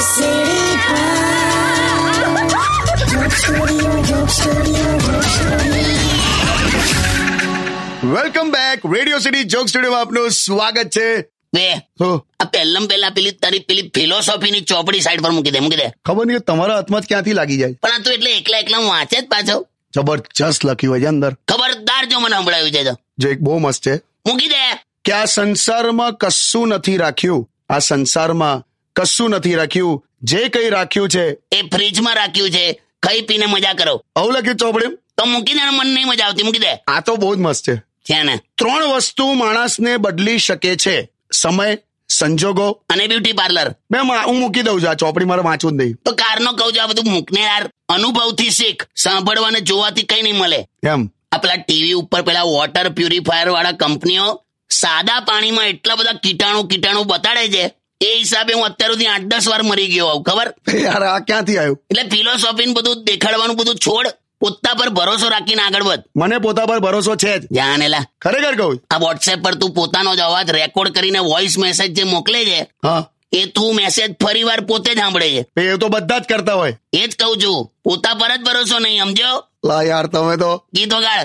સીડી welcome back radio city joke studio આપનું સ્વાગત છે બે હો, આ પહેલમ પહેલા પેલી તારી પેલી ફિલોસોફીની ચોપડી સાઈડ પર મૂકી દે મૂકી દે ખબર નહીં તમારા હાથમાં જ ક્યાંથી લાગી જાય પણ આ તું એટલે એકલા એકલા હું વાંચે જ પાછો જબરજસ્ત લખ્યું હોય છે અંદર ખબરદાર જો મને સંભળાયું છે તો જે એક બહુ મસ્ત છે મૂકી દે કે આ સંસારમાં કશું નથી રાખ્યું આ સંસારમાં કશું નથી રાખ્યું જે કંઈ રાખ્યું છે એ ફ્રીજમાં રાખ્યું છે ખાઈ પીને મજા કરો આવું લખ્યું ચોપડે તો મૂકી દે ને મને નહીં મજા આવતી મૂકી દે આ તો બહુ જ મસ્ત છે છે ને ત્રણ વસ્તુ માણસને બદલી શકે છે સમય સંજોગો અને બ્યુટી પાર્લર મેં મા- હું મૂકી દઉં છું આ ચોપડી મારે વાંચવું જ નહીં તો કારનો કહું છું આ બધું મૂકને યાર અનુભવથી શીખ સાંભળવાને જોવાથી કઈ નહીં મળે એમ આ પેલા ટીવી ઉપર પેલા વોટર પ્યુરિફાયર વાળા કંપનીઓ સાદા પાણીમાં એટલા બધા કીટાણુ કીટાણુ બતાડે છે એ હિસાબે હું અત્યાર સુધી આઠ દસ વાર મરી ગયો હોઉં ખબર યાર આ ક્યાંથી આવ્યું એટલે ફિલોસોફી બધું દેખાડવાનું બધું છોડ પોતા પર ભરોસો રાખીને આગળ વધ મને પોતા પર ભરોસો છે જ જાનેલા ખરેખર કહું છું. આ વોટ્સએપ પર તું પોતાનો જ અવાજ રેકોર્ડ કરીને વોઇસ મેસેજ જે મોકલે છે હા એ તું મેસેજ ફરીવાર પોતે જ સાંભળે છે એ તો બધા જ કરતા હોય એ જ કહું છું પોતા પર જ ભરોસો નહીં સમજો લા યાર તમે તો ગીતો ગાળ